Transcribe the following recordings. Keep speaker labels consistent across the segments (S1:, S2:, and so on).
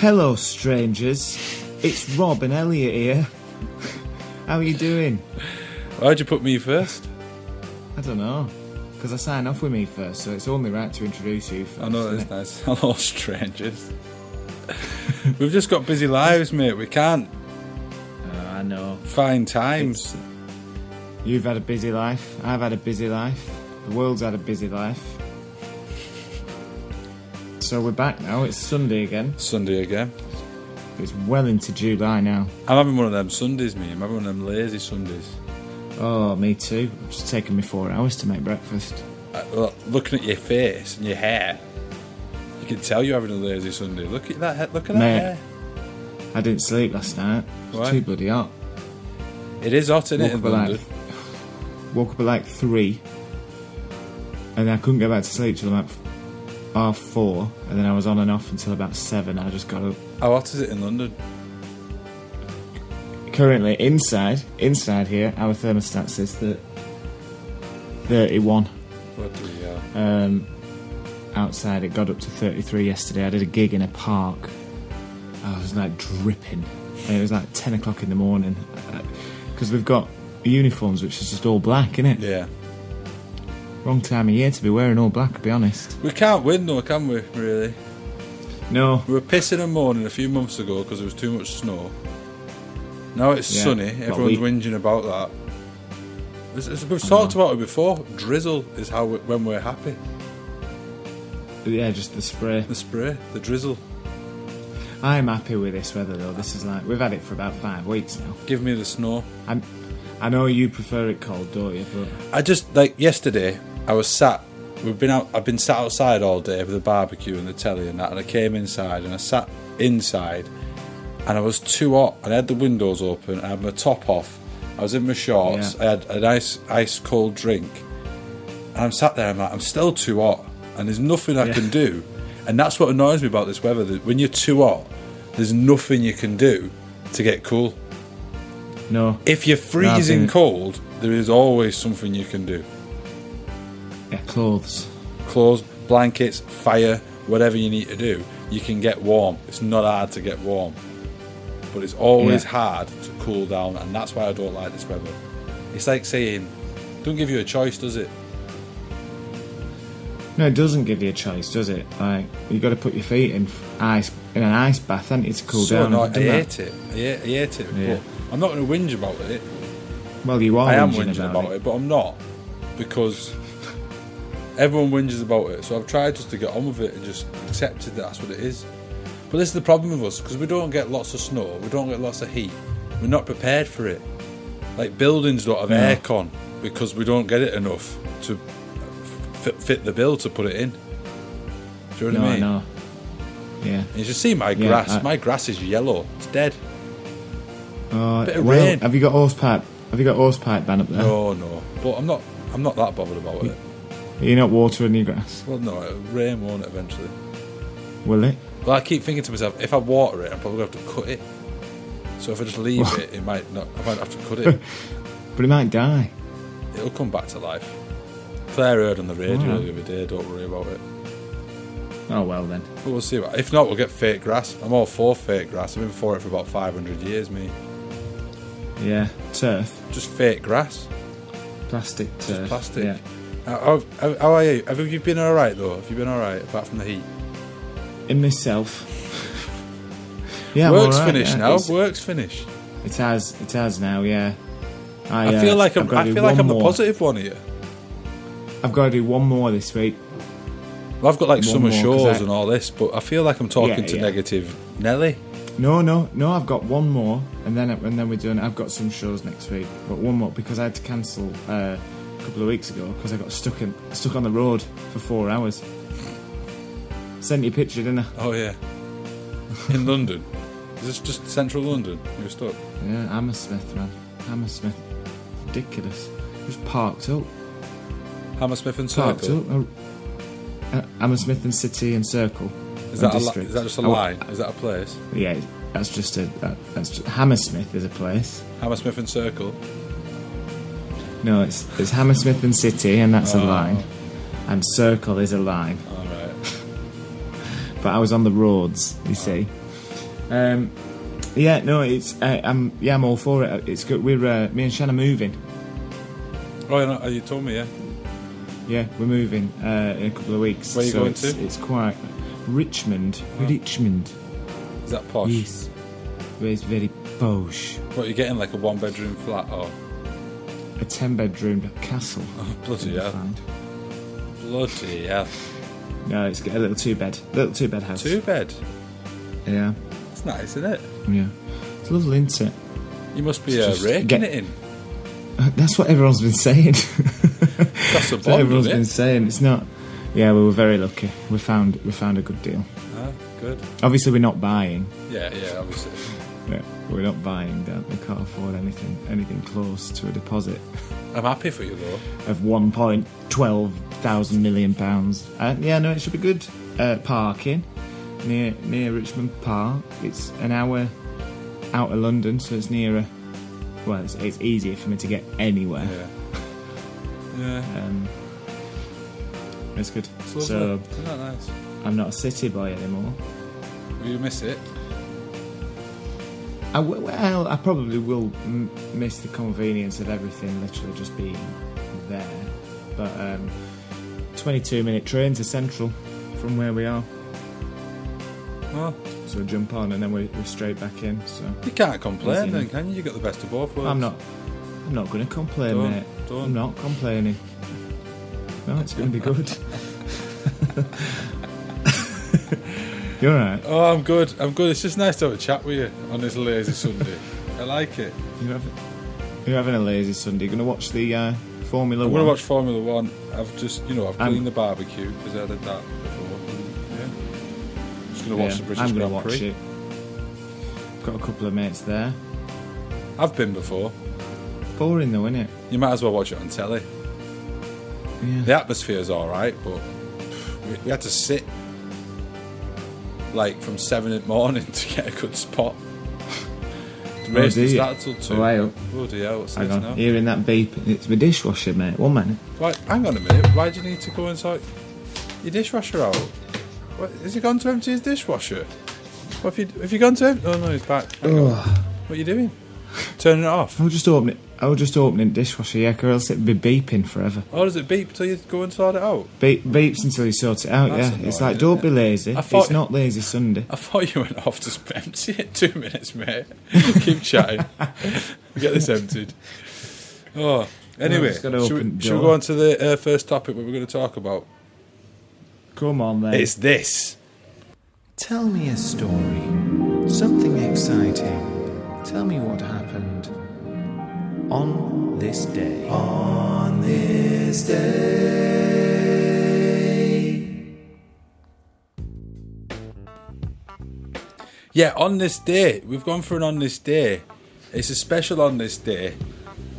S1: Hello, strangers. It's Rob and Elliot here. How are you doing?
S2: Why'd you put me first?
S1: I don't know. Because I sign off with me first, so it's only right to introduce you first.
S2: I know
S1: isn't
S2: that's nice. Hello, strangers. We've just got busy lives, mate. We can't
S1: it? Oh, I know.
S2: find times.
S1: You've had a busy life. I've had a busy life. The world's had a busy life. So we're back now. It's Sunday again.
S2: Sunday again.
S1: It's well into July now.
S2: I'm having one of them Sundays, mate. I'm having one of them lazy Sundays.
S1: Oh, me too. It's taken me four hours to make breakfast.
S2: I, well, looking at your face and your hair, you can tell you're having a lazy Sunday. Look at that. he- Look at that
S1: Mate.
S2: hair.
S1: I didn't sleep last night. It was
S2: Why?
S1: too bloody hot.
S2: It is hot, isn't it?
S1: woke
S2: In
S1: up at
S2: London?
S1: like woke up at like three, and I couldn't get back to sleep till about f- half four, and then I was on and off until about seven. I just got up.
S2: How hot is it in London?
S1: Currently inside, inside here, our thermostat says that thirty-one.
S2: What do we have?
S1: Um, outside, it got up to thirty-three yesterday. I did a gig in a park. I was like dripping, and it was like ten o'clock in the morning because we've got uniforms which is just all black, innit? it?
S2: Yeah.
S1: Wrong time of year to be wearing all black, to be honest.
S2: We can't win, though, can we, really?
S1: No.
S2: We were pissing and moaning a few months ago because there was too much snow. Now it's
S1: Yeah,
S2: sunny.
S1: but
S2: Everyone's
S1: we-
S2: whinging about that. It's- it's- we've talked about it before. Drizzle is how we, when we're happy.
S1: Yeah, just the spray.
S2: The spray, the drizzle.
S1: I'm happy with this weather though. This is like we've had it for about five weeks now.
S2: Give me the snow.
S1: I'm, I know you prefer it cold, don't you? But
S2: I just like yesterday. I was sat. We've been out. I've been sat outside all day with the barbecue and the telly and that. And I came inside and I sat inside, and I was too hot. And I had the windows open. I had my top off. I was in my shorts.
S1: Yeah.
S2: I had an ice ice cold drink, and I'm sat there. I'm like, I'm still too hot, and there's nothing I
S1: Yeah.
S2: can do. And that's what annoys me about this weather. That when you're too hot, there's nothing you can do to get cool.
S1: no,
S2: If you're freezing
S1: think-
S2: cold, there is always something you can do.
S1: yeah, clothes.
S2: clothes, blankets, fire, whatever you need to do, you can get warm. It's not hard to get warm, but it's always
S1: Yeah.
S2: hard to cool down, and that's why I don't like this weather. It's like saying, "Don't give you a choice, does it?"
S1: No, it doesn't give you a choice, does it? Like you got to put your feet in f- ice in an ice bath, and it's cool
S2: so
S1: down.
S2: annoying.
S1: I've
S2: I
S1: done that.
S2: hate it. I hate, I hate it.
S1: Yeah.
S2: But I'm not going to whinge about it.
S1: Well, you are.
S2: I am
S1: whinging
S2: whinging about, it. but I'm not because everyone whinges about it. So I've tried just to get on with it and just accepted that that's what it is. But this is the problem with us because we don't get lots of snow, we don't get lots of heat, we're not prepared for it. Like buildings don't have
S1: No.
S2: aircon because we don't get it enough to fit, fit the bill to put it in. Do you
S1: No,
S2: know what I
S1: I
S2: mean?
S1: know. Yeah.
S2: And you should see my
S1: Yeah,
S2: grass.
S1: I-
S2: my grass is yellow. It's dead.
S1: Uh,
S2: Bit of
S1: well,
S2: rain.
S1: have you got horse pipe? Have you got horse pipe ban up there?
S2: No, no. But I'm not. I'm not that bothered about it.
S1: You're not watering your grass,
S2: Well, no. It'll rain won't it eventually.
S1: will it?
S2: Well, I keep thinking to myself, if I water it, I'm probably going to have to cut it. So if I just leave it, it might not. I might have to cut it.
S1: But it might die.
S2: It'll come back to life. Claire heard on the radio
S1: Alright.
S2: the other day. Don't worry about it.
S1: Oh well then.
S2: But we'll see. What, if not, we'll get fake grass. I'm all for fake grass. I've been for it for about 500 years, me.
S1: Yeah, turf,
S2: Just fake grass,
S1: plastic turf.
S2: just plastic.
S1: Yeah.
S2: How, how, how are you? Have you been all right though? Have you been all right apart from the heat?
S1: in myself. yeah, I'm
S2: Work's
S1: alright,
S2: finished
S1: yeah.
S2: now.
S1: It's-
S2: Work's finished.
S1: It has. It has now. Yeah. I,
S2: I
S1: uh,
S2: feel like I'm.
S1: I've gotta
S2: I
S1: do
S2: feel like
S1: one
S2: I'm the
S1: more.
S2: positive one here.
S1: I've got to do one more this week.
S2: Well, I've got like
S1: One
S2: summer
S1: more, 'cause
S2: shows
S1: I-
S2: and all this, but I feel like I'm talking
S1: Yeah,
S2: to
S1: yeah.
S2: negative Nelly.
S1: No, no, no. I've got one more, and then and then we're done. I've got some shows next week, but one more because I had to cancel uh, a couple of weeks ago because I got stuck in stuck on the road for four hours. Sent you a picture, didn't I?
S2: Oh yeah, in London. Is this just central London? You were stuck.
S1: Yeah, Hammersmith, man. Hammersmith. Ridiculous. Just parked up.
S2: Hammersmith and
S1: Parked
S2: Circle.
S1: up. um, Uh, Hammersmith and City and Circle.
S2: Is
S1: and
S2: that, a li-
S1: district.
S2: is that just a
S1: I wa-
S2: line? Is that a place?
S1: Yeah, that's just a that, that's just, Hammersmith is a place.
S2: Hammersmith and Circle.
S1: No, it's it's Hammersmith and City, and that's a
S2: Oh.
S1: line. And Circle is a line.
S2: All right. Oh.
S1: But I was on the roads, you see. Um, yeah, no, it's uh, I'm yeah I'm all for it. It's good. We're uh, me and Shannon moving.
S2: Oh, you, know, you told me, yeah.
S1: Yeah, we're moving uh, in a couple of weeks.
S2: Where you
S1: so
S2: going
S1: it's,
S2: to? Oh.
S1: It's quite Richmond. Richmond.
S2: Is that posh?
S1: Yes, where it's very posh.
S2: What, you're getting like a one bedroom flat or
S1: A ten bedroom castle.
S2: Oh, bloody
S1: You'll
S2: hell.
S1: find.
S2: Bloody hell.
S1: No, it's got a little two bed, little two bed house.
S2: Two bed.
S1: Yeah,
S2: That's nice, isn't it?
S1: yeah. It's lovely, isn't it?
S2: You must be
S1: It's
S2: uh,
S1: just
S2: raking
S1: get-
S2: it in.
S1: That's what everyone's been saying.
S2: That's a
S1: That's what
S2: bomb,
S1: everyone's
S2: isn't
S1: been
S2: it?
S1: saying. It's not. Yeah, we were very lucky. We found we found a good deal.
S2: Ah, good.
S1: Obviously, we're not buying.
S2: Yeah, yeah, obviously.
S1: Yeah, we're not buying that. We can't afford anything anything close to a deposit
S2: I'm happy for you though.
S1: of one point twelve thousand million pounds. Uh, yeah, no, it should be good. Uh, parking near near Richmond Park. It's an hour out of London, so it's nearer. Well, it's, it's easier for me to get anywhere.
S2: Yeah. Yeah.
S1: Um, it's good.
S2: It's
S1: So
S2: lovely. Isn't that nice?
S1: I'm not a city boy anymore.
S2: Will you miss it?
S1: I, w- well, I probably will m- miss the convenience of everything literally just being there. But um, 22 minute train to Central from where we are.
S2: Oh,
S1: So jump on and then we're, we're straight back in. So
S2: you can't complain
S1: Easy
S2: then,
S1: enough.
S2: can you? You got the best of both worlds.
S1: I'm not I'm not going to complain,
S2: Don't,
S1: mate.
S2: don't.
S1: I'm not complaining. No, it's going to be good. You're right.
S2: Oh, I'm good. I'm good. It's just nice to have a chat with you on this lazy Sunday. I like it.
S1: You're having, you're having a lazy Sunday. You're going to watch the uh, Formula
S2: I'm
S1: 1.
S2: going to watch Formula One. I've just, you know, I've
S1: I'm-
S2: cleaned the barbecue because I did that before. Yeah. Just going to watch
S1: Yeah,
S2: the British
S1: I'm
S2: Grand
S1: gonna watch
S2: Prix.
S1: it. Got a couple of mates there.
S2: I've been before.
S1: Boring though, isn't it?
S2: You might as well watch it on telly.
S1: Yeah.
S2: The atmosphere's all right, but we, we had to sit like from seven in the morning to get a good spot. the race
S1: dear.
S2: didn't start till two.
S1: Right up.
S2: Bloody hell, what's
S1: Oh, Hang
S2: this
S1: on,
S2: now?
S1: hearing that beep, it's my dishwasher, mate. One minute.
S2: Right, hang on a minute. Why do you need to go and sort your dishwasher out? What, has he gone to empty his dishwasher? What have you? Have you gone to? Em- oh no, he's back. Hang on. What are you doing? Turning it off.
S1: I'll just open it. I'll just open it dishwasher, yeah, 'cause else it'd be beeping forever.
S2: Or does it beep till you go and sort it out?
S1: Beep, beeps until you sort it out, yeah.
S2: That's
S1: It's
S2: annoying,
S1: like, don't
S2: isn't
S1: be lazy.
S2: I thought-
S1: It's not lazy Sunday.
S2: I thought you went off to sp- empty it. Two minutes, mate. Keep chatting. Get this emptied. Oh, anyway,
S1: just gotta
S2: should,
S1: open
S2: we,
S1: the
S2: should we
S1: door.
S2: go on to the uh, first topic? What we're going to talk about?
S1: Come on, then.
S2: It's this.
S3: Tell me a story. Something exciting. Tell me what happened. On this day. On this day.
S2: Yeah, on this day, we've gone for an on this day. It's a special on this day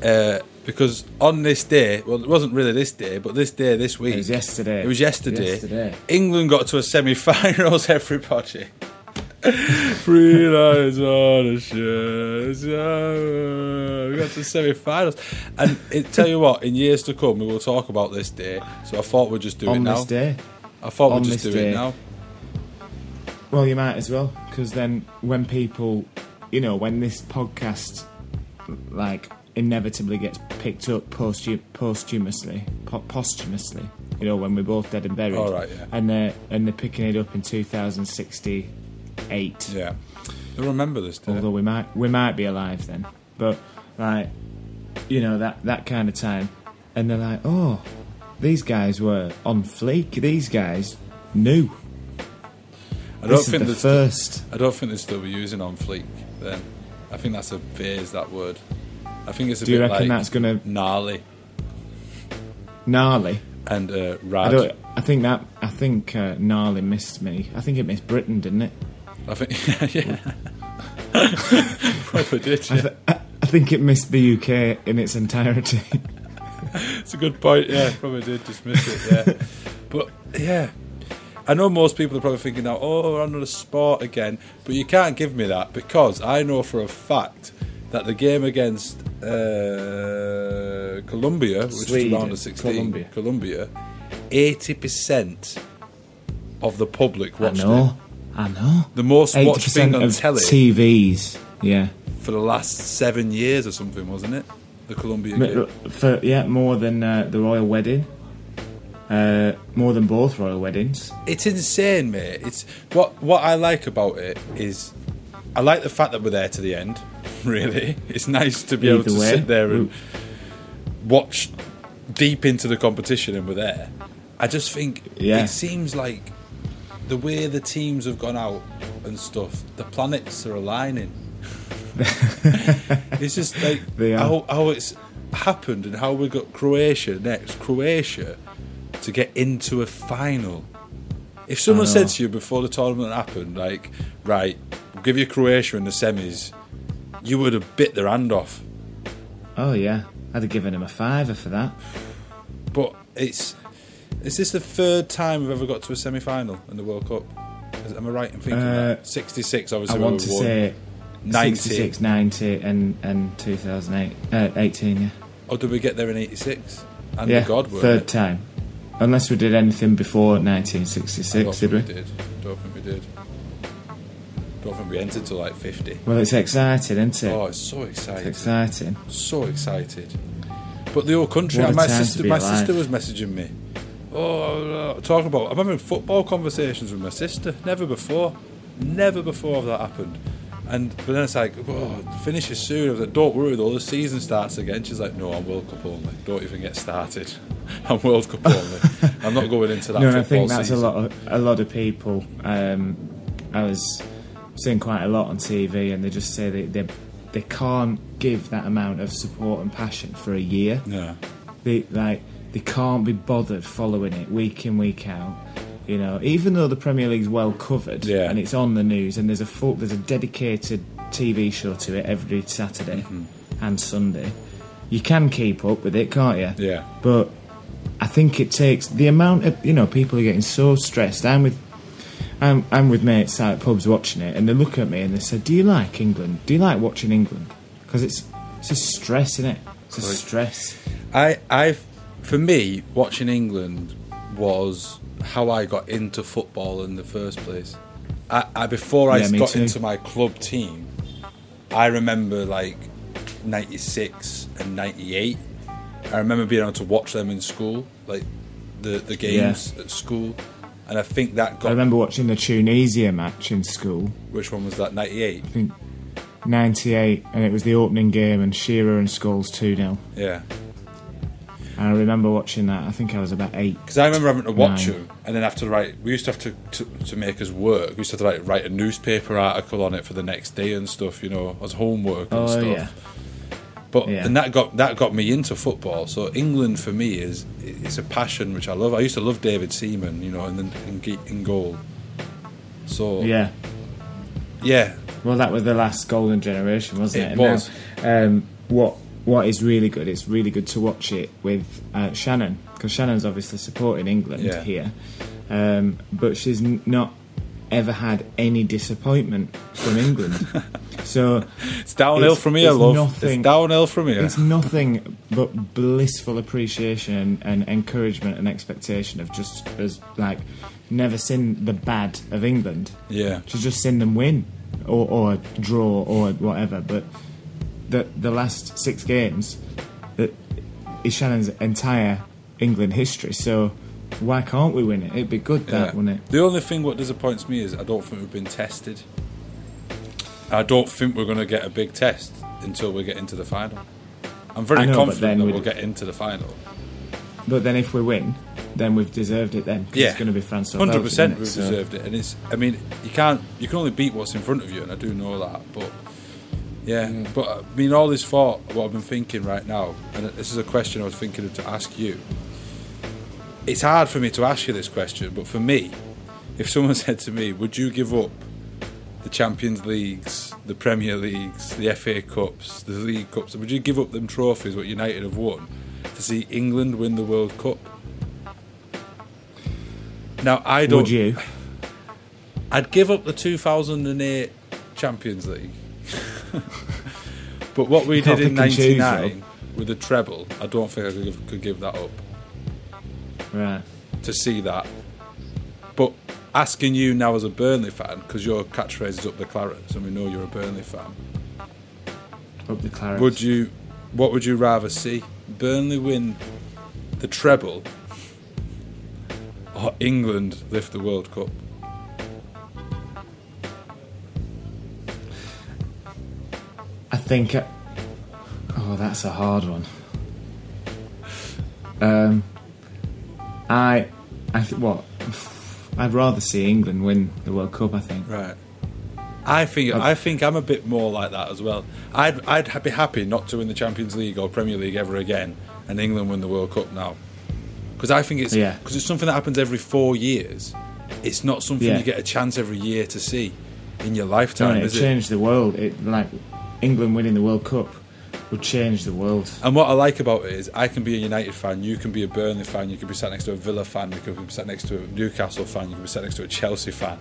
S2: uh, because on this day, well, it wasn't really this day, but this day, this week,
S1: It was yesterday.
S2: It was yesterday.
S1: Yesterday.
S2: England got to a semi-finals. Everybody. Three lines on a shirt. so We got to semi-finals, and it, tell you what, in years to come, we will talk about this day. So I thought we'd just do it
S1: on
S2: now.
S1: this day.
S2: I thought
S1: On
S2: we'd just do
S1: this
S2: it
S1: day.
S2: now.
S1: Well, you might as well, because then when people, you know, when this podcast, like, inevitably gets picked up posthu- posthumously, po- posthumously, you know, when we're both dead and buried,
S2: All right, yeah.
S1: and they're and they're picking it up in 2068.
S2: Yeah, I remember this day.
S1: Although we might we might be alive then, but like, you know that that kind of time, and they're like, oh, these guys were on fleek. These guys knew.
S2: I don't
S1: This is
S2: think
S1: the
S2: there's-
S1: first.
S2: I don't think they'd still be using on fleek then. I think that's a phase, that word. I think it's a
S1: Do
S2: bit
S1: you reckon
S2: like
S1: that's gonna
S2: gnarly
S1: gnarly?
S2: and uh,
S1: I
S2: rad.
S1: don't.
S2: I,
S1: I think that. I think uh, gnarly missed me. I think it missed Britain, didn't it?
S2: think, yeah. Probably did. yeah.
S1: uh, I think it missed the UK in its entirety.
S2: It's a good point. Yeah, probably did dismiss it. Yeah, but yeah, I know most people are probably thinking now, oh, we're on another sport again. But you can't give me that because I know for a fact that the game against uh, Colombia,
S1: Sweden,
S2: which was the round of sixteen,
S1: Colombia.
S2: Colombia, eighty percent of the public
S1: I
S2: watched
S1: know.
S2: it.
S1: I know.
S2: The most
S1: Eighty
S2: watched thing
S1: percent
S2: on
S1: of
S2: telly
S1: TVs. Yeah.
S2: for the last seven years or something, wasn't it? The Columbia
S1: M-
S2: game.
S1: For yeah, more than uh, the royal wedding. Uh, more than both royal weddings.
S2: It's insane, mate. It's what what I like about it is I like the fact that we're there to the end. Really, it's nice to be able
S1: Either
S2: to
S1: way.
S2: sit there and watch deep into the competition, and we're there. I just think
S1: Yeah.
S2: it seems like the way the teams have gone out and stuff, the planets are aligning. It's just like
S1: They are.
S2: how, how it's happened and how we got Croatia next, Croatia to get into a final. If someone
S1: know.
S2: said to you before the tournament happened, like, right, we'll give you Croatia in the semis, you would have bit their hand off.
S1: Oh yeah, I'd have given him a fiver for that.
S2: But it's is this the third time we've ever got to a semi final in the World Cup? Is- Am I right in thinking
S1: Uh,
S2: that? 66,
S1: I
S2: obviously. we
S1: want to
S2: won.
S1: say
S2: 90.
S1: 66, 90 and and 2008, uh, 18. Yeah.
S2: Or Oh, did we get there in 86? And
S1: yeah,
S2: God, weren't
S1: third
S2: it?
S1: time. Unless we did anything before
S2: I don't
S1: 1966, did
S2: think
S1: we?
S2: we did. Don't think we did. Don't think we entered till like 50.
S1: Well, it's exciting, isn't it?
S2: Oh, it's so
S1: it's
S2: exciting.
S1: exciting.
S2: So excited. But the whole country,
S1: What a
S2: my
S1: time to
S2: sister,
S1: be
S2: my
S1: alive.
S2: sister was messaging me. Oh, uh, talk about. I'm having football conversations with my sister. Never before. Never before have that happened. And but then it's like, oh, finish is soon. I was like, don't worry, though. The season starts again. She's like, no, I'm World Cup only. Don't even get started. I'm World Cup only. I'm not going into that.
S1: No, and I
S2: football
S1: think that's
S2: season.
S1: a lot. Of, a lot of people. Um, I was seeing quite a lot on TV, and they just say they, they they can't give that amount of support and passion for a year.
S2: Yeah.
S1: They like they can't be bothered following it week in week out. You know, even though the Premier League's well covered
S2: Yeah.
S1: and it's on the news, and there's a full, there's a dedicated TV show to it every Saturday
S2: Mm-hmm.
S1: and Sunday. You can keep up with it, can't you?
S2: Yeah.
S1: But I think it takes the amount of you know people are getting so stressed. I'm with I'm, I'm with mates out at pubs watching it, and they look at me and they say, "Do you like England? Do you like watching England? Because it's it's a stress, isn't it? It's a
S2: Right.
S1: stress.
S2: I, I, for me, watching England was how I got into football in the first place. I, I before I
S1: Yeah, me
S2: got
S1: too.
S2: into my club team, I remember like '96 and '98. I remember being able to watch them in school, like the the games at school, and I think that
S1: I
S2: got
S1: remember watching the Tunisia match in school,
S2: which one was that '98?
S1: I think '98, and it was the opening game, and Shearer and Scholes two 0
S2: Yeah,
S1: I remember watching that. I think I was about eight.
S2: Because I remember having to watch
S1: Nine.
S2: them, and then after write, we used to have to, to to make us work. We used to have to like, write a newspaper article on it for the next day and stuff, you know, as homework and
S1: Oh
S2: stuff.
S1: yeah,
S2: But
S1: Yeah.
S2: and that got that got me into football. So England for me is it's a passion which I love. I used to love David Seaman, you know, and then in, ge- in goal. So yeah,
S1: yeah. Well, that was the last golden generation, wasn't
S2: It
S1: it?
S2: was.
S1: now, um, what what is really good? It's really good to watch it with uh, Shannon because Shannon's obviously supporting England
S2: Yeah.
S1: here, um, but she's n- not ever had any disappointment from England. so
S2: it's downhill
S1: It's-
S2: from here,
S1: it's
S2: love.
S1: nothing-
S2: It's downhill from here.
S1: it's nothing but blissful appreciation and, encouragement and expectation of just as like never seen the bad of England.
S2: Yeah.
S1: to just seen them win or, or draw or whatever. But the the last six games that is Shannon's entire England history. So why can't we win it? It'd be good that,
S2: Yeah.
S1: wouldn't it?
S2: The only thing what disappoints me is I don't think we've been tested. I don't think we're going to get a big test until we get into the final. I'm very
S1: I know, but then
S2: confident that
S1: we'd-
S2: we'll get into the final.
S1: But then if we win, then we've deserved it. Then 'cause
S2: Yeah,
S1: it's going to be France. or
S2: Hundred
S1: Belgium, isn't
S2: percent,
S1: it?
S2: we've
S1: So-
S2: deserved it, and it's. I mean, you can't. You can only beat what's in front of you, and I do know that. But yeah, but I mean, all this thought, what I've been thinking right now, and this is a question I was thinking of to ask you. It's hard for me to ask you this question, but for me, if someone said to me, "Would you give up the Champions Leagues, the Premier Leagues, the FA Cups, the League Cups? Would you give up them trophies what United have won to see England win the World Cup?" Now I don't.
S1: Would you?
S2: I'd give up the 2008 Champions League. but what we
S1: Can't
S2: did in
S1: pick and choose,
S2: 99 with the treble, I don't think I could give, could give that up
S1: Right.
S2: to see that. But asking you now as a Burnley fan because your catchphrase is up the clarets, and we know you're a Burnley fan.
S1: Up the clarets.
S2: Would you? What would you rather see? Burnley win the treble, or England lift the World Cup?
S1: I think. I- oh, that's a hard one. Um, I, I th- what? I'd rather see England win the World Cup. I think.
S2: Right. I think I think I'm a bit more like that as well. I'd I'd be happy not to win the Champions League or Premier League ever again, and England win the World Cup now, because I think it's
S1: Yeah.
S2: because it's something that happens every four years. It's not something
S1: Yeah.
S2: you get a chance every year to see in your lifetime,
S1: Don't it
S2: is it?
S1: changed the world. It like England winning the World Cup would change the world.
S2: And what I like about it is I can be a United fan, you can be a Burnley fan, you can be sat next to a Villa fan, you can be sat next to a Newcastle fan, you can be sat next to a Chelsea fan.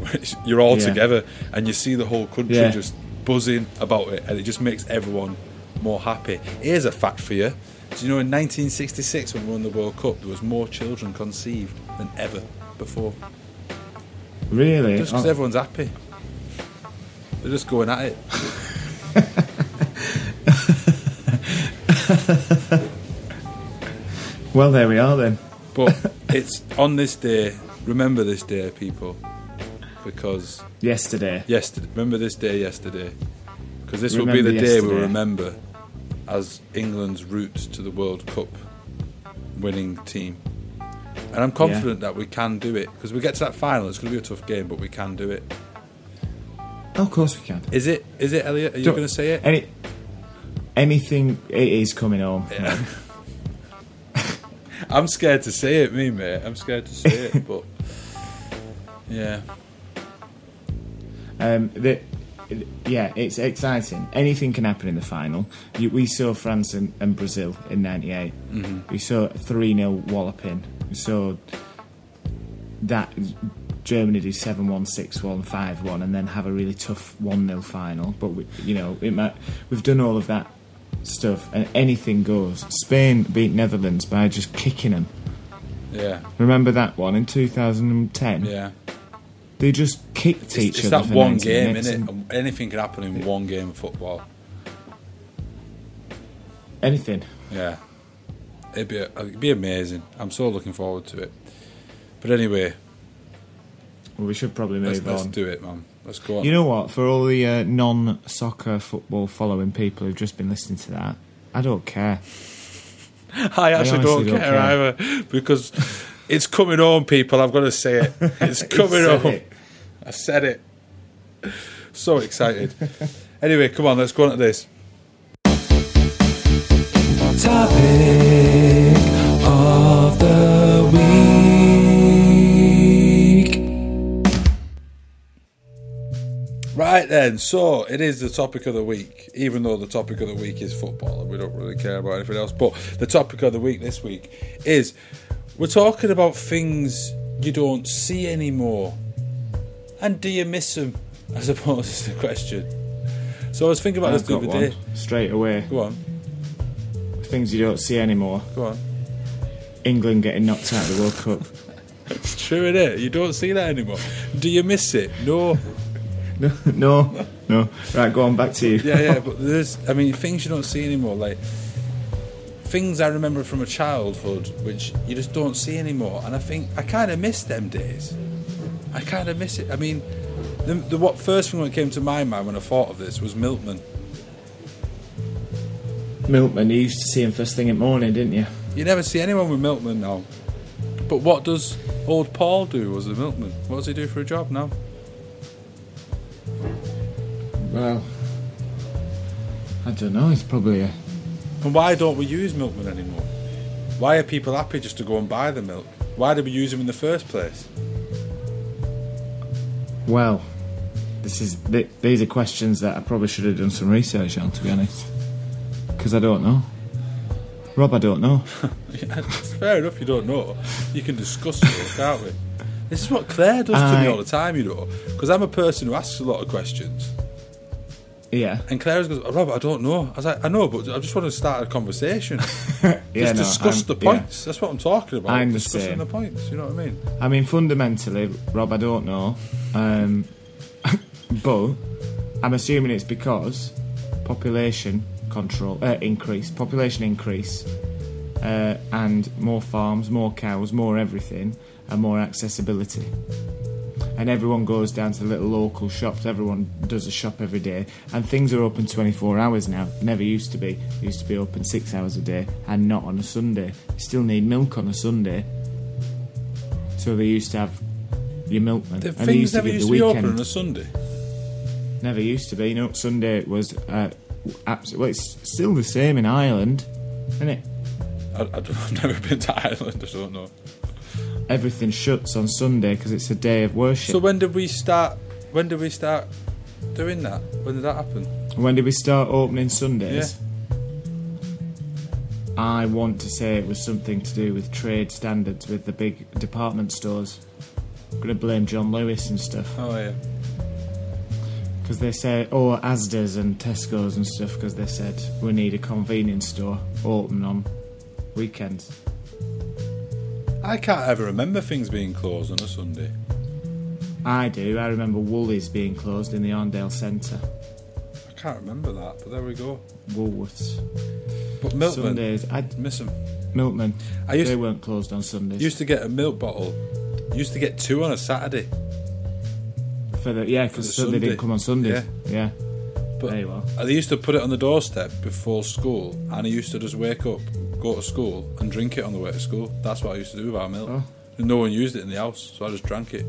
S2: You're all
S1: Yeah.
S2: together and you see the whole country
S1: Yeah.
S2: just buzzing about it and it just makes everyone more happy. Here's a fact for you. Do you know in 1966 when we won the World Cup there was more children conceived than ever before?
S1: Really?
S2: Just because
S1: Oh,
S2: everyone's happy. They're just going at it.
S1: well, there we are then.
S2: But it's on this day, remember this day, people, because
S1: Yesterday.
S2: yesterday, remember this day yesterday, because this will
S1: Remember
S2: be the day we'll
S1: yesterday.
S2: remember as England's route to the World Cup winning team. And I'm confident that we can do it because we get to that final. It's going to be a tough game, but we can do it.
S1: Oh, of course we can.
S2: Is it? Is it, Elliot? Are you
S1: Don't-
S2: going to say it?
S1: Any, anything. It is coming home.
S2: Yeah. I'm scared to say it, me mate. I'm scared to say it, but yeah.
S1: Um, the, yeah, it's exciting. Anything can happen in the final. You, we saw France and, and Brazil in '98.
S2: Mm-hmm.
S1: We saw three 0 walloping. We saw that Germany do 7-1, 6-1, 5-1, and then have a really tough one 0 final. But we, you know, it might, we've done all of that stuff, and anything goes. Spain beat Netherlands by just kicking them.
S2: Yeah,
S1: Remember that one in 2010?
S2: yeah.
S1: They just kicked
S2: It's-
S1: each
S2: it's,
S1: other.
S2: that
S1: for
S2: one
S1: 90
S2: game,
S1: minutes
S2: is
S1: and-
S2: it? Anything can happen in one game of football.
S1: Anything.
S2: Yeah, it'd be it'd be amazing. I'm so looking forward to it. But anyway,
S1: Well, we should probably
S2: let's,
S1: move
S2: let's
S1: on.
S2: do it, man. Let's go on.
S1: you know what? For all the uh, non-soccer football following people who've just been listening to that, I don't care.
S2: I actually don't,
S1: honestly don't
S2: care,
S1: care.
S2: either because it's coming on, people. I've got to say it. It's coming
S1: said
S2: on.
S1: it.
S2: I said it. So excited. anyway, come on, let's go on to this.
S3: Topic of the week.
S2: Right then, so it is the topic of the week, even though the topic of the week is football and we don't really care about anything else. But the topic of the week this week is we're talking about things you don't see anymore. And do you miss them? I suppose is the question. So I was thinking about
S1: I've
S2: this the
S1: got
S2: other
S1: one
S2: day.
S1: straight away.
S2: Go on,
S1: Things you don't see anymore.
S2: go on.
S1: England getting knocked out of the World Cup.
S2: It's true, is it? You don't see that anymore. Do you miss it? No.
S1: No, no, no. Right, go on. Back to you.
S2: yeah, yeah. But there's, I mean, things you don't see anymore. Like things I remember from a childhood, which you just don't see anymore. And I think I kind of miss them days. I kind of miss it. I mean, the, the what first thing that came to my mind when I thought of this was Milkman.
S1: Milkman, you used to see him first thing in the morning, didn't you?
S2: You never see anyone with Milkman now. But what does old Paul do as a milkman? What does he do for a job now?
S1: Well, I don't know. He's probably a
S2: And why don't we use milkmen anymore? Why are people happy just to go and buy the milk? Why did we use them in the first place?
S1: well. This is th- these are questions that I probably should have done some research on, to be honest, because I don't know. Rob, I don't know.
S2: Yeah, it's fair enough, you don't know. You can discuss it, can't we? This is what Claire does to
S1: I-
S2: me all the time, you know, because I'm a person who asks a lot of questions.
S1: Yeah.
S2: And Claire goes, "Oh, Robert, I don't know. I was like, I know, but I just want to start a conversation.
S1: Yeah,
S2: just
S1: no,
S2: discuss
S1: I'm-
S2: the
S1: yeah.
S2: points. That's what I'm talking about.
S1: I'm the
S2: discussing
S1: same.
S2: the points. You know what I mean?
S1: I mean, fundamentally, Rob, I don't know, um, but I'm assuming it's because population control uh, increase, population increase, uh, and more farms, more cows, more everything, and more accessibility. And everyone goes down to the little local shops. Everyone does a shop every day, and things are open 24 hours now. Never used to be. They used to be open six hours a day, and not on a Sunday. Still need milk on a Sunday. So they used to have your milkman.
S2: The
S1: and they
S2: things
S1: used to
S2: never
S1: give
S2: used
S1: the
S2: to be
S1: weekend.
S2: open on a Sunday.
S1: Never used to be. You know, Sunday was uh, absolutely. Well, it's still the same in Ireland, isn't it?
S2: I, I don't, I've never been to Ireland. I don't know.
S1: Everything shuts on Sunday because it's a day of worship.
S2: So when did we start? When did we start doing that? When did that happen?
S1: when did we start opening Sundays? I want to say it was something to do with trade standards with the big department stores. I'm gonna blame John Lewis and stuff
S2: Oh yeah.
S1: because they said, or Asda's and Tesco's and stuff because they said we need a convenience store open on weekends.
S2: I can't ever remember things being closed on a Sunday.
S1: I do. I remember Woolies being closed in the Arndale Centre.
S2: I can't remember that, but there we go.
S1: Woolworths.
S2: But Milkman,
S1: Sundays. I
S2: miss him.
S1: Milkman.
S2: I used
S1: they weren't closed on Sundays.
S2: used to get a milk bottle. Used to get two on a Saturday.
S1: for the yeah,
S2: the
S1: because they
S2: Sunday.
S1: didn't come on Sundays. Yeah.
S2: But-
S1: there you are.
S2: And they used to put it on the doorstep before school, and I used to just wake up, go to school, and drink it on the way to school. That's what I used to do with our milk.
S1: Oh.
S2: And No one used it in the house, so I just drank it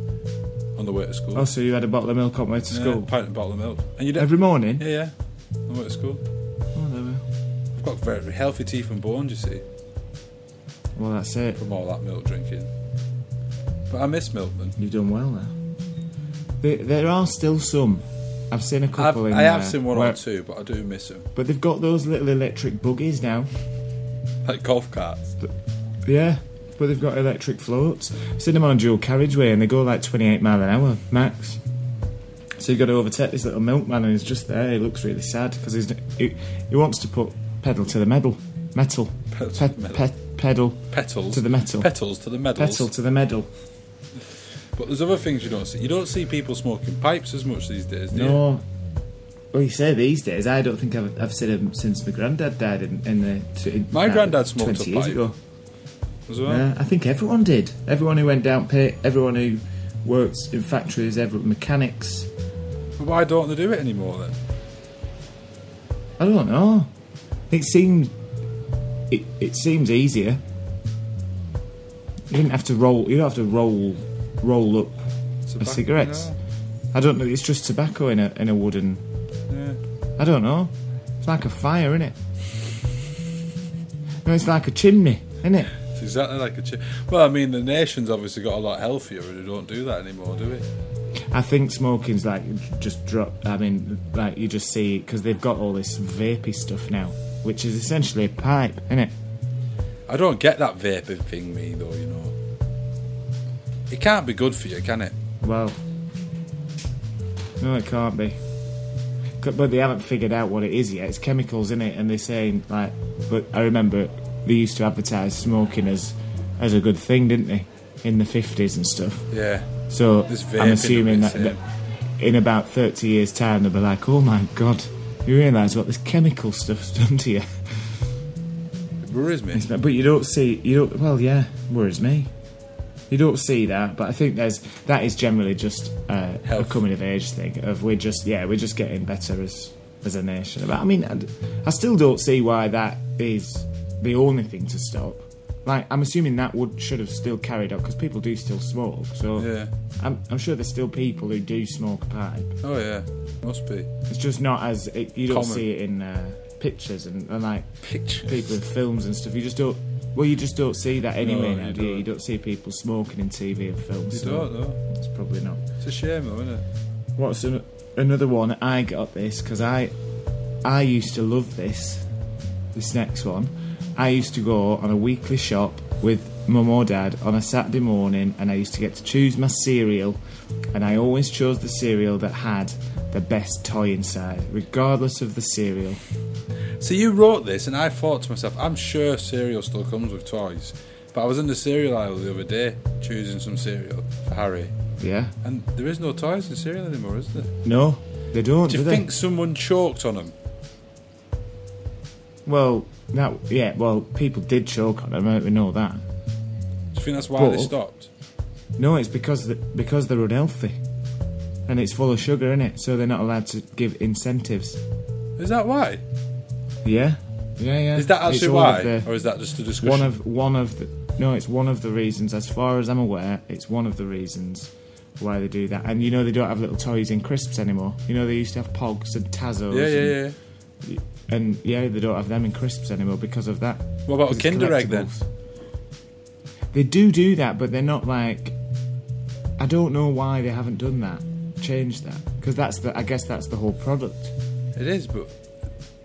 S2: on the way to school.
S1: Oh, so you had a bottle of milk on the way to
S2: Yeah,
S1: school
S2: pint of bottle of milk, and you did.
S1: every morning.
S2: yeah, yeah, on the way to school.
S1: Oh, there we
S2: I've got very healthy teeth and bones, you see,
S1: Well, that's it.
S2: from all that milk drinking. But I miss milkman.
S1: You've done well now. There, there are still some. I've seen a
S2: I've,
S1: couple in
S2: I have
S1: there
S2: seen one
S1: where-
S2: or two, but I do miss them.
S1: But they've got those little electric buggies now.
S2: Like golf carts.
S1: Yeah, but they've got electric floats. Seen them on a dual carriageway and they go like 28 mile an hour max. So you've got to overtake this little milkman and he's just there. He looks really sad because he's he, he wants to put pedal to the metal, metal,
S2: Pedal to
S1: Pe-
S2: the metal.
S1: pe- pedal
S2: Petals.
S1: to the metal,
S2: Petals to the medals.
S1: pedal to the metal.
S2: But there's other things you don't see. You don't see people smoking pipes as much these days, do you?
S1: No. Well, you say these days. I don't think I've, I've seen him since my granddad died in, in the. T- in-
S2: My
S1: uh,
S2: granddad smoked a
S1: twenty years
S2: pipe. Oh.
S1: ago.
S2: As well.
S1: Yeah, I think everyone did. Everyone who went down pit, everyone who worked in factories, every mechanics.
S2: But why don't they do it anymore then?
S1: I don't know. It seems it it seems easier. You didn't have to roll. You don't have to roll roll up
S2: Tobacco,
S1: cigarettes. I don't know. It's just tobacco in a in a wooden.
S2: Yeah.
S1: I don't know. It's like a fire, isn't it? No, it's like a chimney, isn't it?
S2: It's exactly like a chip. Well, I mean, the nation's obviously got a lot healthier and they don't do that anymore, do it?
S1: I think smoking's like just drop. I mean, like you just see because they've got all this vapey stuff now, which is essentially a pipe, isn't it?
S2: I don't get that vaping thing, me, though, you know. It can't be good for you, can it?
S1: Well, no, it can't be. C- But they haven't figured out what it is yet. It's chemicals in it, and they're saying like. But I remember they used to advertise smoking as as a good thing, didn't they? In the fifties and stuff.
S2: Yeah.
S1: So
S2: There's vaping
S1: I'm assuming
S2: of it,
S1: that,
S2: yeah.
S1: that in about 30 years' time they'll be like, oh my god, you realise what this chemical stuff's done to you.
S2: It worries me.
S1: It's not- But you don't see, you don't. Well, yeah, worries me. You don't see that, but I think there's that is generally just uh, a
S2: Health.
S1: coming of age thing. Of we're just yeah, we're just getting better as as a nation. But I mean, I, d- I still don't see why that is the only thing to stop. Like I'm assuming that would should have still carried on because people do still smoke. So
S2: Yeah.
S1: I'm, I'm sure there's still people who do smoke a pipe.
S2: Oh, yeah. Must be.
S1: It's just not as it, you don't
S2: Common.
S1: see it in uh, pictures and, and like
S2: Picture.
S1: people in films and stuff. You just don't. Well, you just don't see that anyway
S2: No,
S1: now,
S2: you
S1: do you?
S2: don't.
S1: You don't see people smoking in TV and films.
S2: You
S1: so
S2: don't, though.
S1: It's probably not.
S2: It's a shame, though, isn't it?
S1: What's an, another one? I got this because I, I used to love this. This next one, I used to go on a weekly shop with mum or dad on a Saturday morning, and I used to get to choose my cereal, and I always chose the cereal that had the best toy inside, regardless of the cereal.
S2: So you wrote this, and I thought to myself, I'm sure cereal still comes with toys. But I was in the cereal aisle the other day, choosing some cereal for Harry,
S1: Yeah?
S2: and there is no toys in cereal anymore, is there?
S1: No, they don't.
S2: Do
S1: Do,
S2: you
S1: they?
S2: think someone choked on them?
S1: Well, that yeah. Well, people did choke on them. I- We know that.
S2: Do you think that's why they
S1: Well-
S2: stopped?
S1: No, it's because the, because they're unhealthy, and it's full of sugar in it, so they're not allowed to give incentives.
S2: Is that why?
S1: Yeah, yeah, yeah.
S2: Is that
S1: It's
S2: actually
S1: all of
S2: why,
S1: the-
S2: or is that just a discussion?
S1: one of one of the no, it's one of the reasons, as far as I'm aware, it's one of the reasons why they do that. And you know they don't have little toys in crisps anymore. You know they used to have Pogs and Tazos.
S2: yeah,
S1: and,
S2: yeah, yeah.
S1: And yeah, they don't have them in crisps anymore because of that.
S2: What about a
S1: Because
S2: Kinder egg then?
S1: collectibles- They do do that, but they're not like. I don't know why they haven't done that, changed that, because that's the. I guess that's the whole product.
S2: It is, but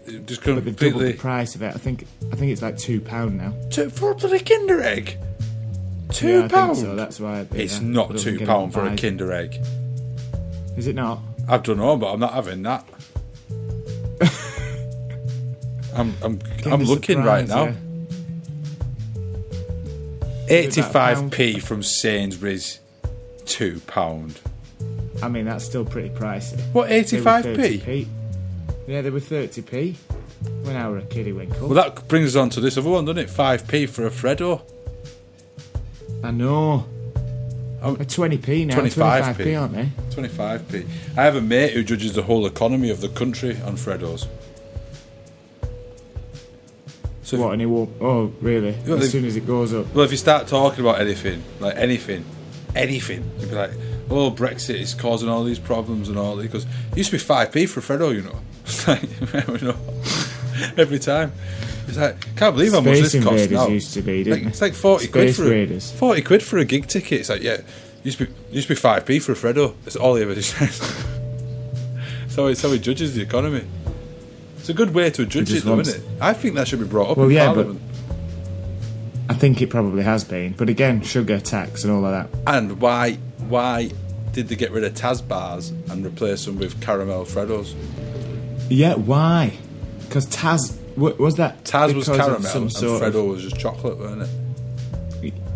S2: it just
S1: But they've doubled the
S2: completely.
S1: price of it. I think. I think it's like two pound now.
S2: Two for a bloody Kinder egg.
S1: Yeah,
S2: Two
S1: I think
S2: pound.
S1: So that's why. they- uh, yeah,
S2: it's
S1: I
S2: not
S1: don't think
S2: two
S1: I
S2: pound for a
S1: buy-
S2: Kinder egg.
S1: Is it not?
S2: I don't know, but I'm not having that. I'm I'm I'm
S1: Kinder
S2: looking right
S1: Surprise,
S2: now.
S1: yeah.
S2: Eighty
S1: About
S2: five
S1: a
S2: p from Sainsbury's, two pound.
S1: I mean, that's still pretty pricey.
S2: What
S1: They
S2: eighty
S1: were
S2: five p?
S1: 30p. Yeah, they were thirty p when I were a kiddie winkle.
S2: Well, that brings us on to this other one, doesn't it? Five p for a Freddo.
S1: I know.
S2: Oh,
S1: They're twenty p now.
S2: 25p.
S1: Twenty-five p, aren't they?
S2: 25p. I have a mate who judges the whole economy of the country on Freddos. So, if-
S1: What? And he won't. Oh, really?
S2: Yeah,
S1: as
S2: they-
S1: soon as it goes up.
S2: well, if you start talking about anything, like anything, anything, you'd be like, oh, Brexit is causing all these problems and all that. Because it used to be 5p for Freddo, you know. It's like, you know, every time. It's like, can't believe how much
S1: Space
S2: this costs
S1: Invaders
S2: now.
S1: used to be,
S2: Like,
S1: didn't
S2: it's like 40 quid
S1: Space
S2: for a,
S1: Raiders.
S2: 40 quid for a gig ticket. It's like, yeah, used to be used to be 5p for a Freddo. That's all he ever says. so it's how he judges the economy. It's a good way to judge
S1: just
S2: it, though,
S1: wants-
S2: isn't it? I think that should be brought up
S1: Well,
S2: in
S1: yeah, but-
S2: Parliament.
S1: I think it probably has been. But again, sugar tax and all of that.
S2: And why why did they get rid of Taz bars and replace them with caramel Freddos?
S1: Yeah, why? Because Taz wa- was that
S2: Taz was
S1: because of
S2: caramel
S1: some
S2: and
S1: sort
S2: Freddo
S1: of-
S2: was just chocolate, weren't it?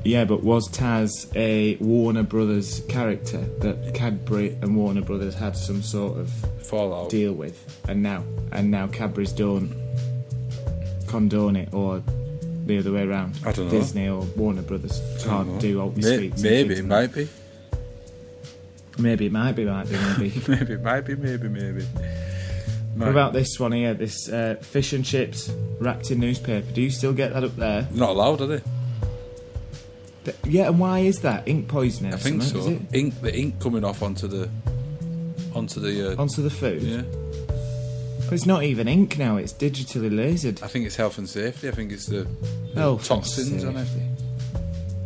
S1: yeah, but was Taz a Warner Brothers character that Cadbury and Warner Brothers had some sort of
S2: Fallout.
S1: deal with, and now and now Cadbury's don't condone it, or the other way around.
S2: I don't know.
S1: Disney or Warner Brothers
S2: I don't
S1: can't
S2: know.
S1: do open
S2: Mm-hmm. May-
S1: sweets. and
S2: Maybe
S1: kids
S2: it
S1: and
S2: might be.
S1: that. Maybe it might be, might be, maybe.
S2: Maybe it might be. Maybe maybe. Might.
S1: What about this one here? This uh, fish and chips wrapped in newspaper. Do you still get that up there?
S2: Not allowed, are they?
S1: Th- Yeah, and why is that? Ink poisoning?
S2: I
S1: or
S2: think
S1: something,
S2: so.
S1: Is it?
S2: Ink the ink coming off onto the onto the uh,
S1: Onto the food.
S2: yeah.
S1: But it's not even ink now. It's digitally lasered. Oh,
S2: I think it's health and safety. I think it's the, the
S1: Health and
S2: toxins on it,
S1: safety.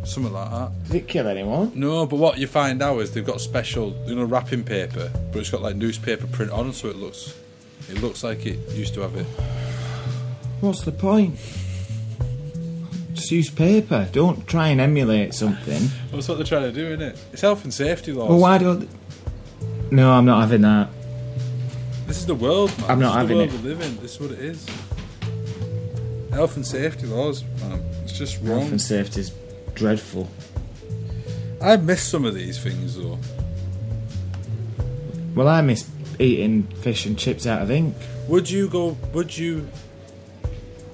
S2: something like that.
S1: Did it kill anyone?
S2: No, but what you find out is they've got special, you know, wrapping paper, but it's got like newspaper print on, so it looks, it looks like it used to have it.
S1: What's the point? Just use paper. Don't try and emulate something.
S2: That's what they're trying to do, isn't it? It's health and safety laws.
S1: Well, why don't? No, I'm not having that.
S2: Hmm. This is the world, man.
S1: I'm
S2: this
S1: not
S2: is the
S1: having
S2: world we live in. This is what it is. Health and safety laws, man. It's just wrong.
S1: Health and safety's dreadful.
S2: I miss some of these things though.
S1: Well, I miss eating fish and chips out of ink.
S2: Would you go? Would you?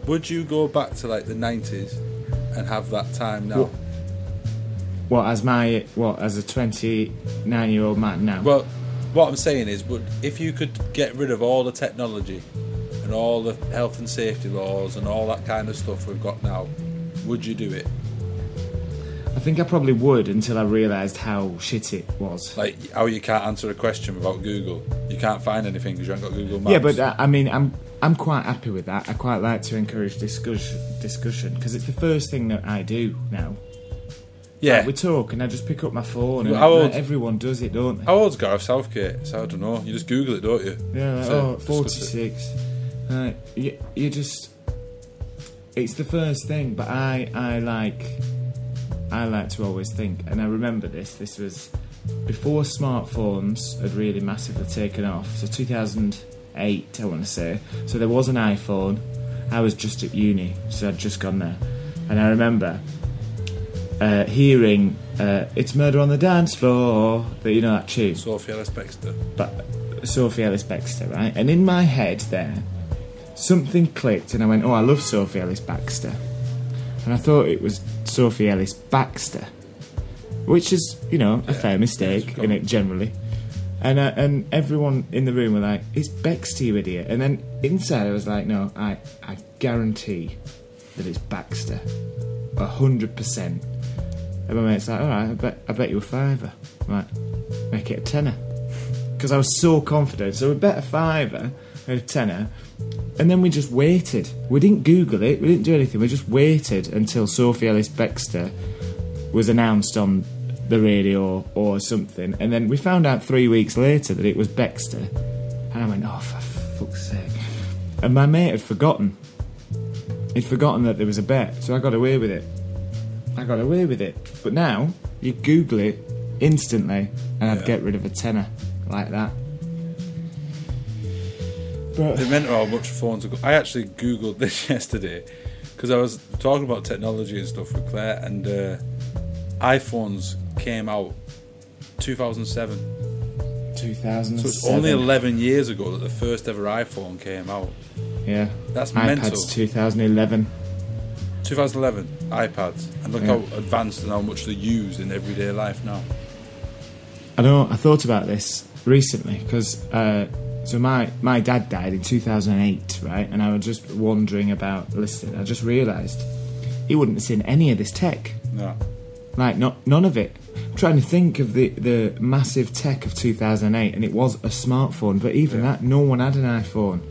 S2: Would you go back to like the nineties and have that time now?
S1: What? What as my what as a 29 year old man now?
S2: Well, what I'm saying is, would if you could get rid of all the technology and all the health and safety laws and all that kind of stuff we've got now, would you do it?
S1: I think I probably would until I realised how shit it was.
S2: Like how you can't answer a question without Google, you can't find anything because you haven't got Google Maps.
S1: Yeah, but uh, I mean, I'm I'm quite happy with that. I quite like to encourage discussion discussion because it's the first thing that I do now.
S2: yeah.
S1: Like, we talk, and I just pick up my phone. And
S2: Well, how
S1: like,
S2: old-
S1: everyone does it, don't they?
S2: how old's Gareth Southgate? So I don't know. You just Google it, don't you?
S1: yeah, like,
S2: So,
S1: oh,
S2: discuss it.
S1: 46. Uh, you, you just. It's the first thing, but I, I like I like to always think, and I remember this. This was before smartphones had really massively taken off. So 2008, I want to say. So there was an iPhone. I was just at uni, so I'd just gone there, and I remember uh, hearing uh, "It's Murder on the Dance Floor," but you know that tune
S2: Sophia Ellis Bextor.
S1: but Sophie Ellis Baxter, right? And in my head there, something clicked, and I went, "Oh, I love Sophie Ellis Baxter," and I thought it was Sophie Ellis Baxter, which is, you know, a fair mistake in it generally. And uh, and everyone in the room were like, "It's Baxter, you idiot!" And then inside, I was like, "No, I I guarantee that it's Baxter, a hundred percent." And my mate's like, "All right, I bet I bet you a fiver, right? Make it a tenner." because I was so confident. So we bet a fiver and a tenner, and then we just waited. We didn't Google it. We didn't do anything. We just waited until Sophie Ellis Bextor was announced on the radio or something, and then we found out three weeks later that it was Bextor, and I went, "Oh, for fuck's sake!" And my mate had forgotten. He'd forgotten that there was a bet, so I got away with it. I got away with it. But now you Google it instantly, and I'd
S2: Yeah.
S1: get rid of a tenner like that. But
S2: They meant how much phones. Are go- I actually googled this yesterday because I was talking about technology and stuff with Claire, and uh, iPhones came out 2007.
S1: 2007.
S2: So it's only 11 years ago that the first ever iPhone came out.
S1: yeah.
S2: That's mental.
S1: iPads 2011.
S2: 2011 iPads, and look
S1: Yeah.
S2: how advanced and how much they're used in everyday life now.
S1: I know. I thought about this recently because uh, so my my dad died in 2008, right? And I was just wandering about listening. I just realised he wouldn't have seen any of this tech,
S2: Yeah.
S1: like not none of it. I'm trying to think of the the massive tech of 2008, and it was a smartphone. But even
S2: Yeah.
S1: that, no one had an iPhone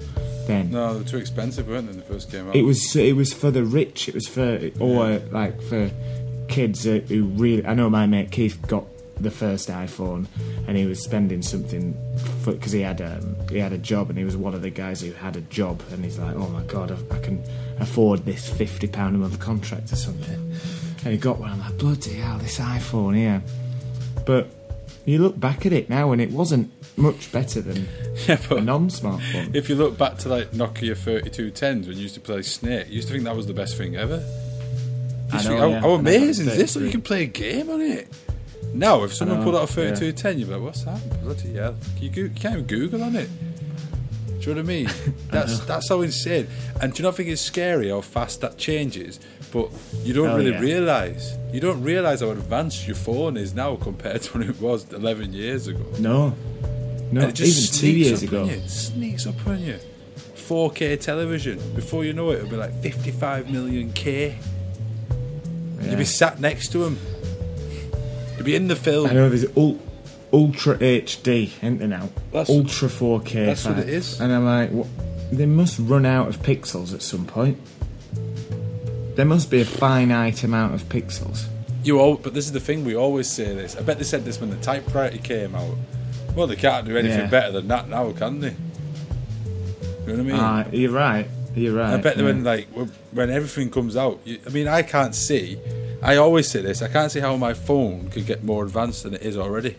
S1: then.
S2: No, they're too expensive, weren't they? When they first came out.
S1: It was it was for the rich. It was for or
S2: Yeah.
S1: like for kids uh, who really. I know my mate Keith got the first iPhone, and he was spending something because he had a he had a job, and he was one of the guys who had a job, and he's like, oh my god, I, I can afford this fifty pound a month contract or something, and he got one. I'm like, bloody hell, this iPhone here, but. You look back at it now, and it wasn't much better than
S2: yeah,
S1: a
S2: but
S1: non-smartphone.
S2: if you look back to like Nokia 3210s when you used to play Snake, you used to think that was the best thing ever. You
S1: I
S2: used to
S1: know, yeah.
S2: think, how, how
S1: I know,
S2: amazing
S1: that's
S2: is this? That
S1: great.
S2: you can play a game on it. Now, if someone
S1: know,
S2: pulled out a
S1: yeah.
S2: 3210, you'd be like, what's that? Bloody hell. You, go- you can't even Google on it. Do you know what I mean? That's that's how insane. And do you not think it's scary how fast that changes? But you don't
S1: Oh,
S2: really
S1: yeah.
S2: realise. You don't realise how advanced your phone is now compared to when it was 11 years ago.
S1: No, no,
S2: And it just
S1: even two
S2: sneaks
S1: years
S2: up
S1: ago.
S2: on you. It sneaks up on you. 4K television. Before you know it, it'll be like 55 million K. You'll be sat next to him. You'll be in the
S1: I
S2: film.
S1: know there's ul- ultra HD, isn't there now?
S2: That's-
S1: ultra 4K.
S2: that's what
S1: five.
S2: it is.
S1: And I'm like, what? they must run out of pixels at some point. There must be a finite amount of pixels.
S2: You all, but this is the thing. We always say this. I bet they said this when the typewriter came out. Well, they can't do anything
S1: Yeah.
S2: better than that now, can they? You know what I mean?
S1: Ah, you're right. You're right.
S2: I bet that
S1: yeah.
S2: when like when- when everything comes out, you, I mean, I can't see. I always say this. I can't see how my phone could get more advanced than it is already.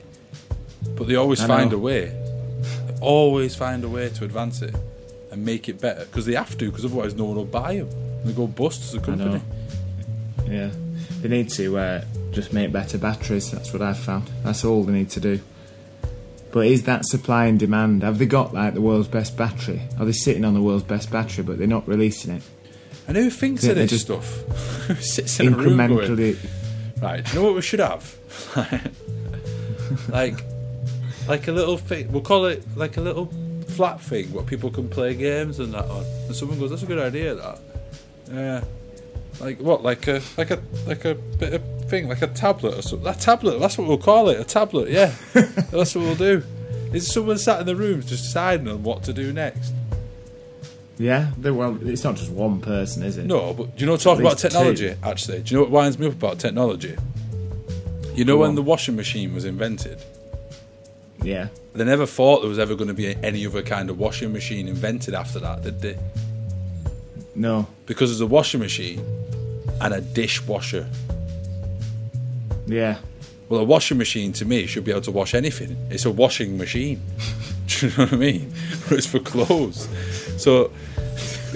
S2: But they always
S1: I
S2: find
S1: know.
S2: a way. They always find a way to advance it and make it better because they have to. Because otherwise, no one will buy them. They go bust as a company.
S1: Yeah. They need to uh, just make better batteries. That's what I've found. That's all they need to do. But is that supply and demand? Have they got like the world's best battery? Are they sitting on the world's best battery, but they're not releasing it?
S2: And who thinks
S1: Yeah,
S2: of
S1: they
S2: this
S1: just
S2: stuff? who sits in a room going,
S1: Incrementally,
S2: Right, do you know what we should have? like, like a little thing. We'll call it like a little flat thing where people can play games and that on. And someone goes, "That's a good idea." That. Yeah. Like what? Like a like a like a bit of thing, like a tablet or something. That tablet. That's what we'll call it. A tablet. Yeah. that's what we'll do. Is someone sat in the room just deciding on what to do next?
S1: Yeah, they- well, it's not just one person, is it?
S2: No, but do you know talk
S1: At
S2: about
S1: least two.
S2: technology? Actually, do you know what winds me up about technology? You know
S1: Go
S2: when
S1: on.
S2: the washing machine was invented.
S1: Yeah.
S2: They never thought there was ever going to be any other kind of washing machine invented after that, did they?
S1: No.
S2: Because there's a washing machine and a dishwasher.
S1: Yeah.
S2: Well, a washing machine to me should be able to wash anything. It's a washing machine. Do you know what I mean? But it's for clothes. So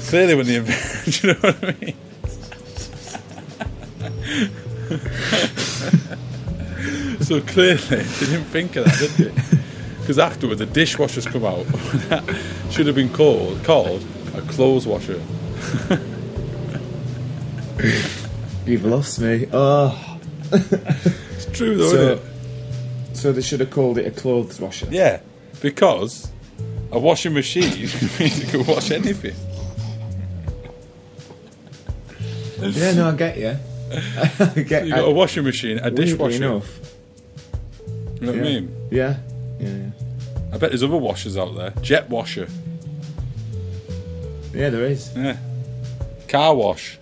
S2: clearly, when the inventor, do you know what I mean? so clearly, they didn't think of that, did they? Because afterward, the dishwasher's come out. that should have been called called a clothes washer.
S1: You've lost me. Oh.
S2: It's true, though, isn't
S1: So,
S2: it?
S1: so they should have called it a clothes washer.
S2: Yeah, because a washing machine means you can wash anything.
S1: Yeah, no, I get you. I get
S2: You got
S1: I-
S2: a washing machine, a
S1: weirdly
S2: dishwasher. You know
S1: enough.
S2: what I
S1: Yeah.
S2: mean?
S1: Yeah. Yeah. yeah.
S2: I bet there's other washers out there. Jet washer,
S1: Yeah, there is.
S2: yeah. Car wash.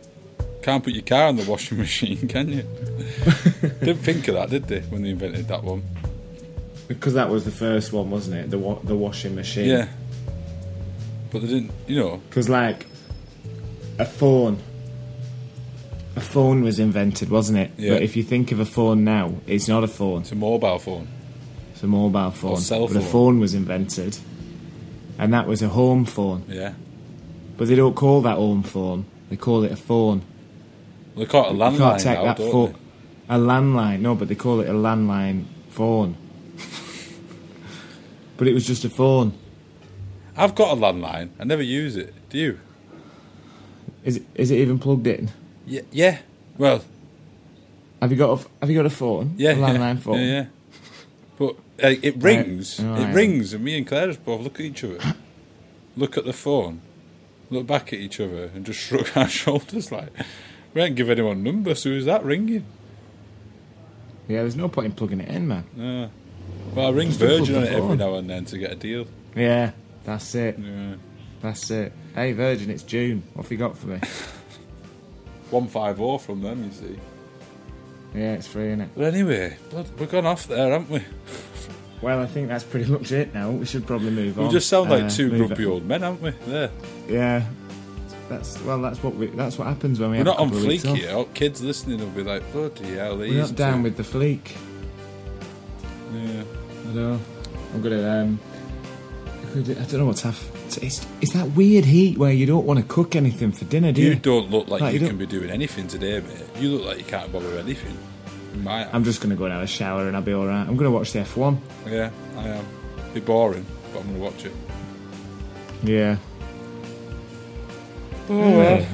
S2: Can't put your car on the washing machine, can you? Didn't think of that, did they, when they invented that one?
S1: Because that was the first one, wasn't it? The wa- the washing machine.
S2: Yeah. But they didn't, you know.
S1: Because like a phone, a phone was invented, wasn't it?
S2: Yeah.
S1: But if you think of a phone now, it's not a phone.
S2: It's a mobile phone.
S1: It's a mobile phone.
S2: cell
S1: But a
S2: phone.
S1: phone was invented, and that was a home phone.
S2: Yeah.
S1: But they don't call that home phone. They call it a phone.
S2: They call it a
S1: you can't
S2: landline
S1: take
S2: now,
S1: that
S2: don't
S1: phone. A landline. No, but they call it a landline phone. but it was just a phone.
S2: they? I've got a landline. I never use it. Do you?
S1: Is it, is it even plugged in?
S2: Yeah. yeah. Well,
S1: Have you got a, f- Have you got a phone?
S2: Yeah,
S1: a landline
S2: yeah,
S1: phone.
S2: Yeah, yeah. But uh, it rings.
S1: Oh,
S2: it
S1: yeah.
S2: rings, and me and Claire just both look at each other, look at the phone, look back at each other, and just shrug our shoulders like, we ain't give anyone number, so who's that ringing?
S1: Yeah, there's no point in plugging it in, man.
S2: Well, I ring
S1: unplug
S2: Virgin
S1: the
S2: on it every
S1: phone.
S2: now and then to get a deal.
S1: Yeah, that's it.
S2: Yeah.
S1: That's it. Hey, Virgin, it's June. What have you got for me?
S2: 150 from them, you see.
S1: yeah, it's free, innit?
S2: But anyway, blood, we've gone off there, haven't we?
S1: Well, I think that's pretty much it now. We should probably move on.
S2: We just sound like
S1: Uh,
S2: two
S1: move
S2: grumpy
S1: it-
S2: old men, haven't we? There.
S1: Yeah. That's well. That's what we. That's what happens when we.
S2: We're
S1: have a
S2: not on
S1: couple of
S2: fleek
S1: weeks off.
S2: here. All Kids listening will be like, bloody hell, these.
S1: We're not down
S2: two.
S1: with the fleek.
S2: Yeah.
S1: I know. I'm gonna. Um, I don't know what's half. It's, it's, it's that weird heat where you don't want to cook anything for dinner, do you?
S2: You don't look like
S1: No,
S2: you,
S1: you don't.
S2: can be doing anything today, mate. You look like you can't bother with anything. In my
S1: I'm just gonna go and have a shower and I'll be all right. I'm gonna watch the F1.
S2: yeah, I am. Be boring, but I'm gonna watch it.
S1: Yeah. Oh,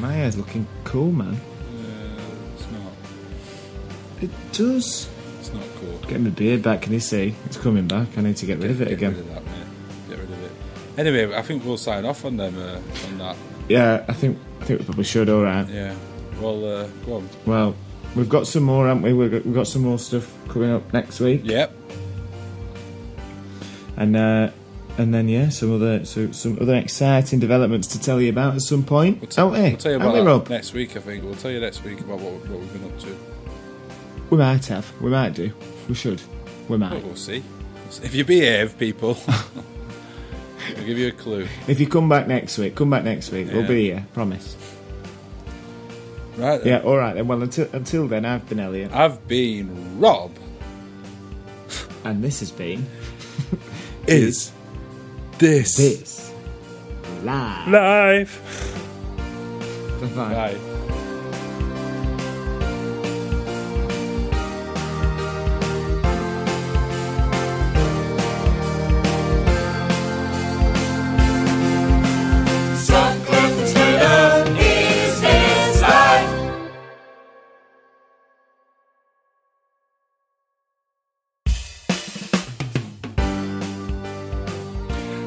S1: my hair's looking cool, man.
S2: Uh, it's not.
S1: It does.
S2: It's not cool.
S1: Getting my beard back. Can you see? It's coming back. I need to get rid of it
S2: Get
S1: again.
S2: rid of that, mate. Get rid of it. Anyway, I think we'll sign off on them uh, on that.
S1: Yeah, I think I think we probably should. All right.
S2: Yeah. Well, uh, go on.
S1: Well, we've got some more, haven't we? We've got, we've got some more stuff coming up next week,
S2: Yep.
S1: and uh, and then yeah, some other so some other exciting developments to tell you about at some point.
S2: We'll, t-
S1: don't we?
S2: we'll tell you
S1: Haven't
S2: about that
S1: we, eh? Rob?
S2: next week. I think we'll tell you next week about what, what we've been up to.
S1: We might have. We might do. We should. We
S2: But
S1: might.
S2: we'll see. If you behave, people, we'll give you a clue.
S1: If you come back next week, come back next week.
S2: Oh. Yeah.
S1: We'll be here. Promise.
S2: Right. Then.
S1: Yeah. All right then. Well, until until then, I've been Elliot,
S2: I've been Rob.
S1: and this has been
S2: is this,
S1: this live.
S2: life?
S1: Bye-bye.
S2: Bye.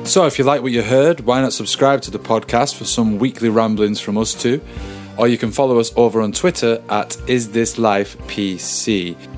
S2: So, if you like what you heard, why not subscribe to the podcast for some weekly ramblings from us too? Or you can follow us over on Twitter at Is This Life PC.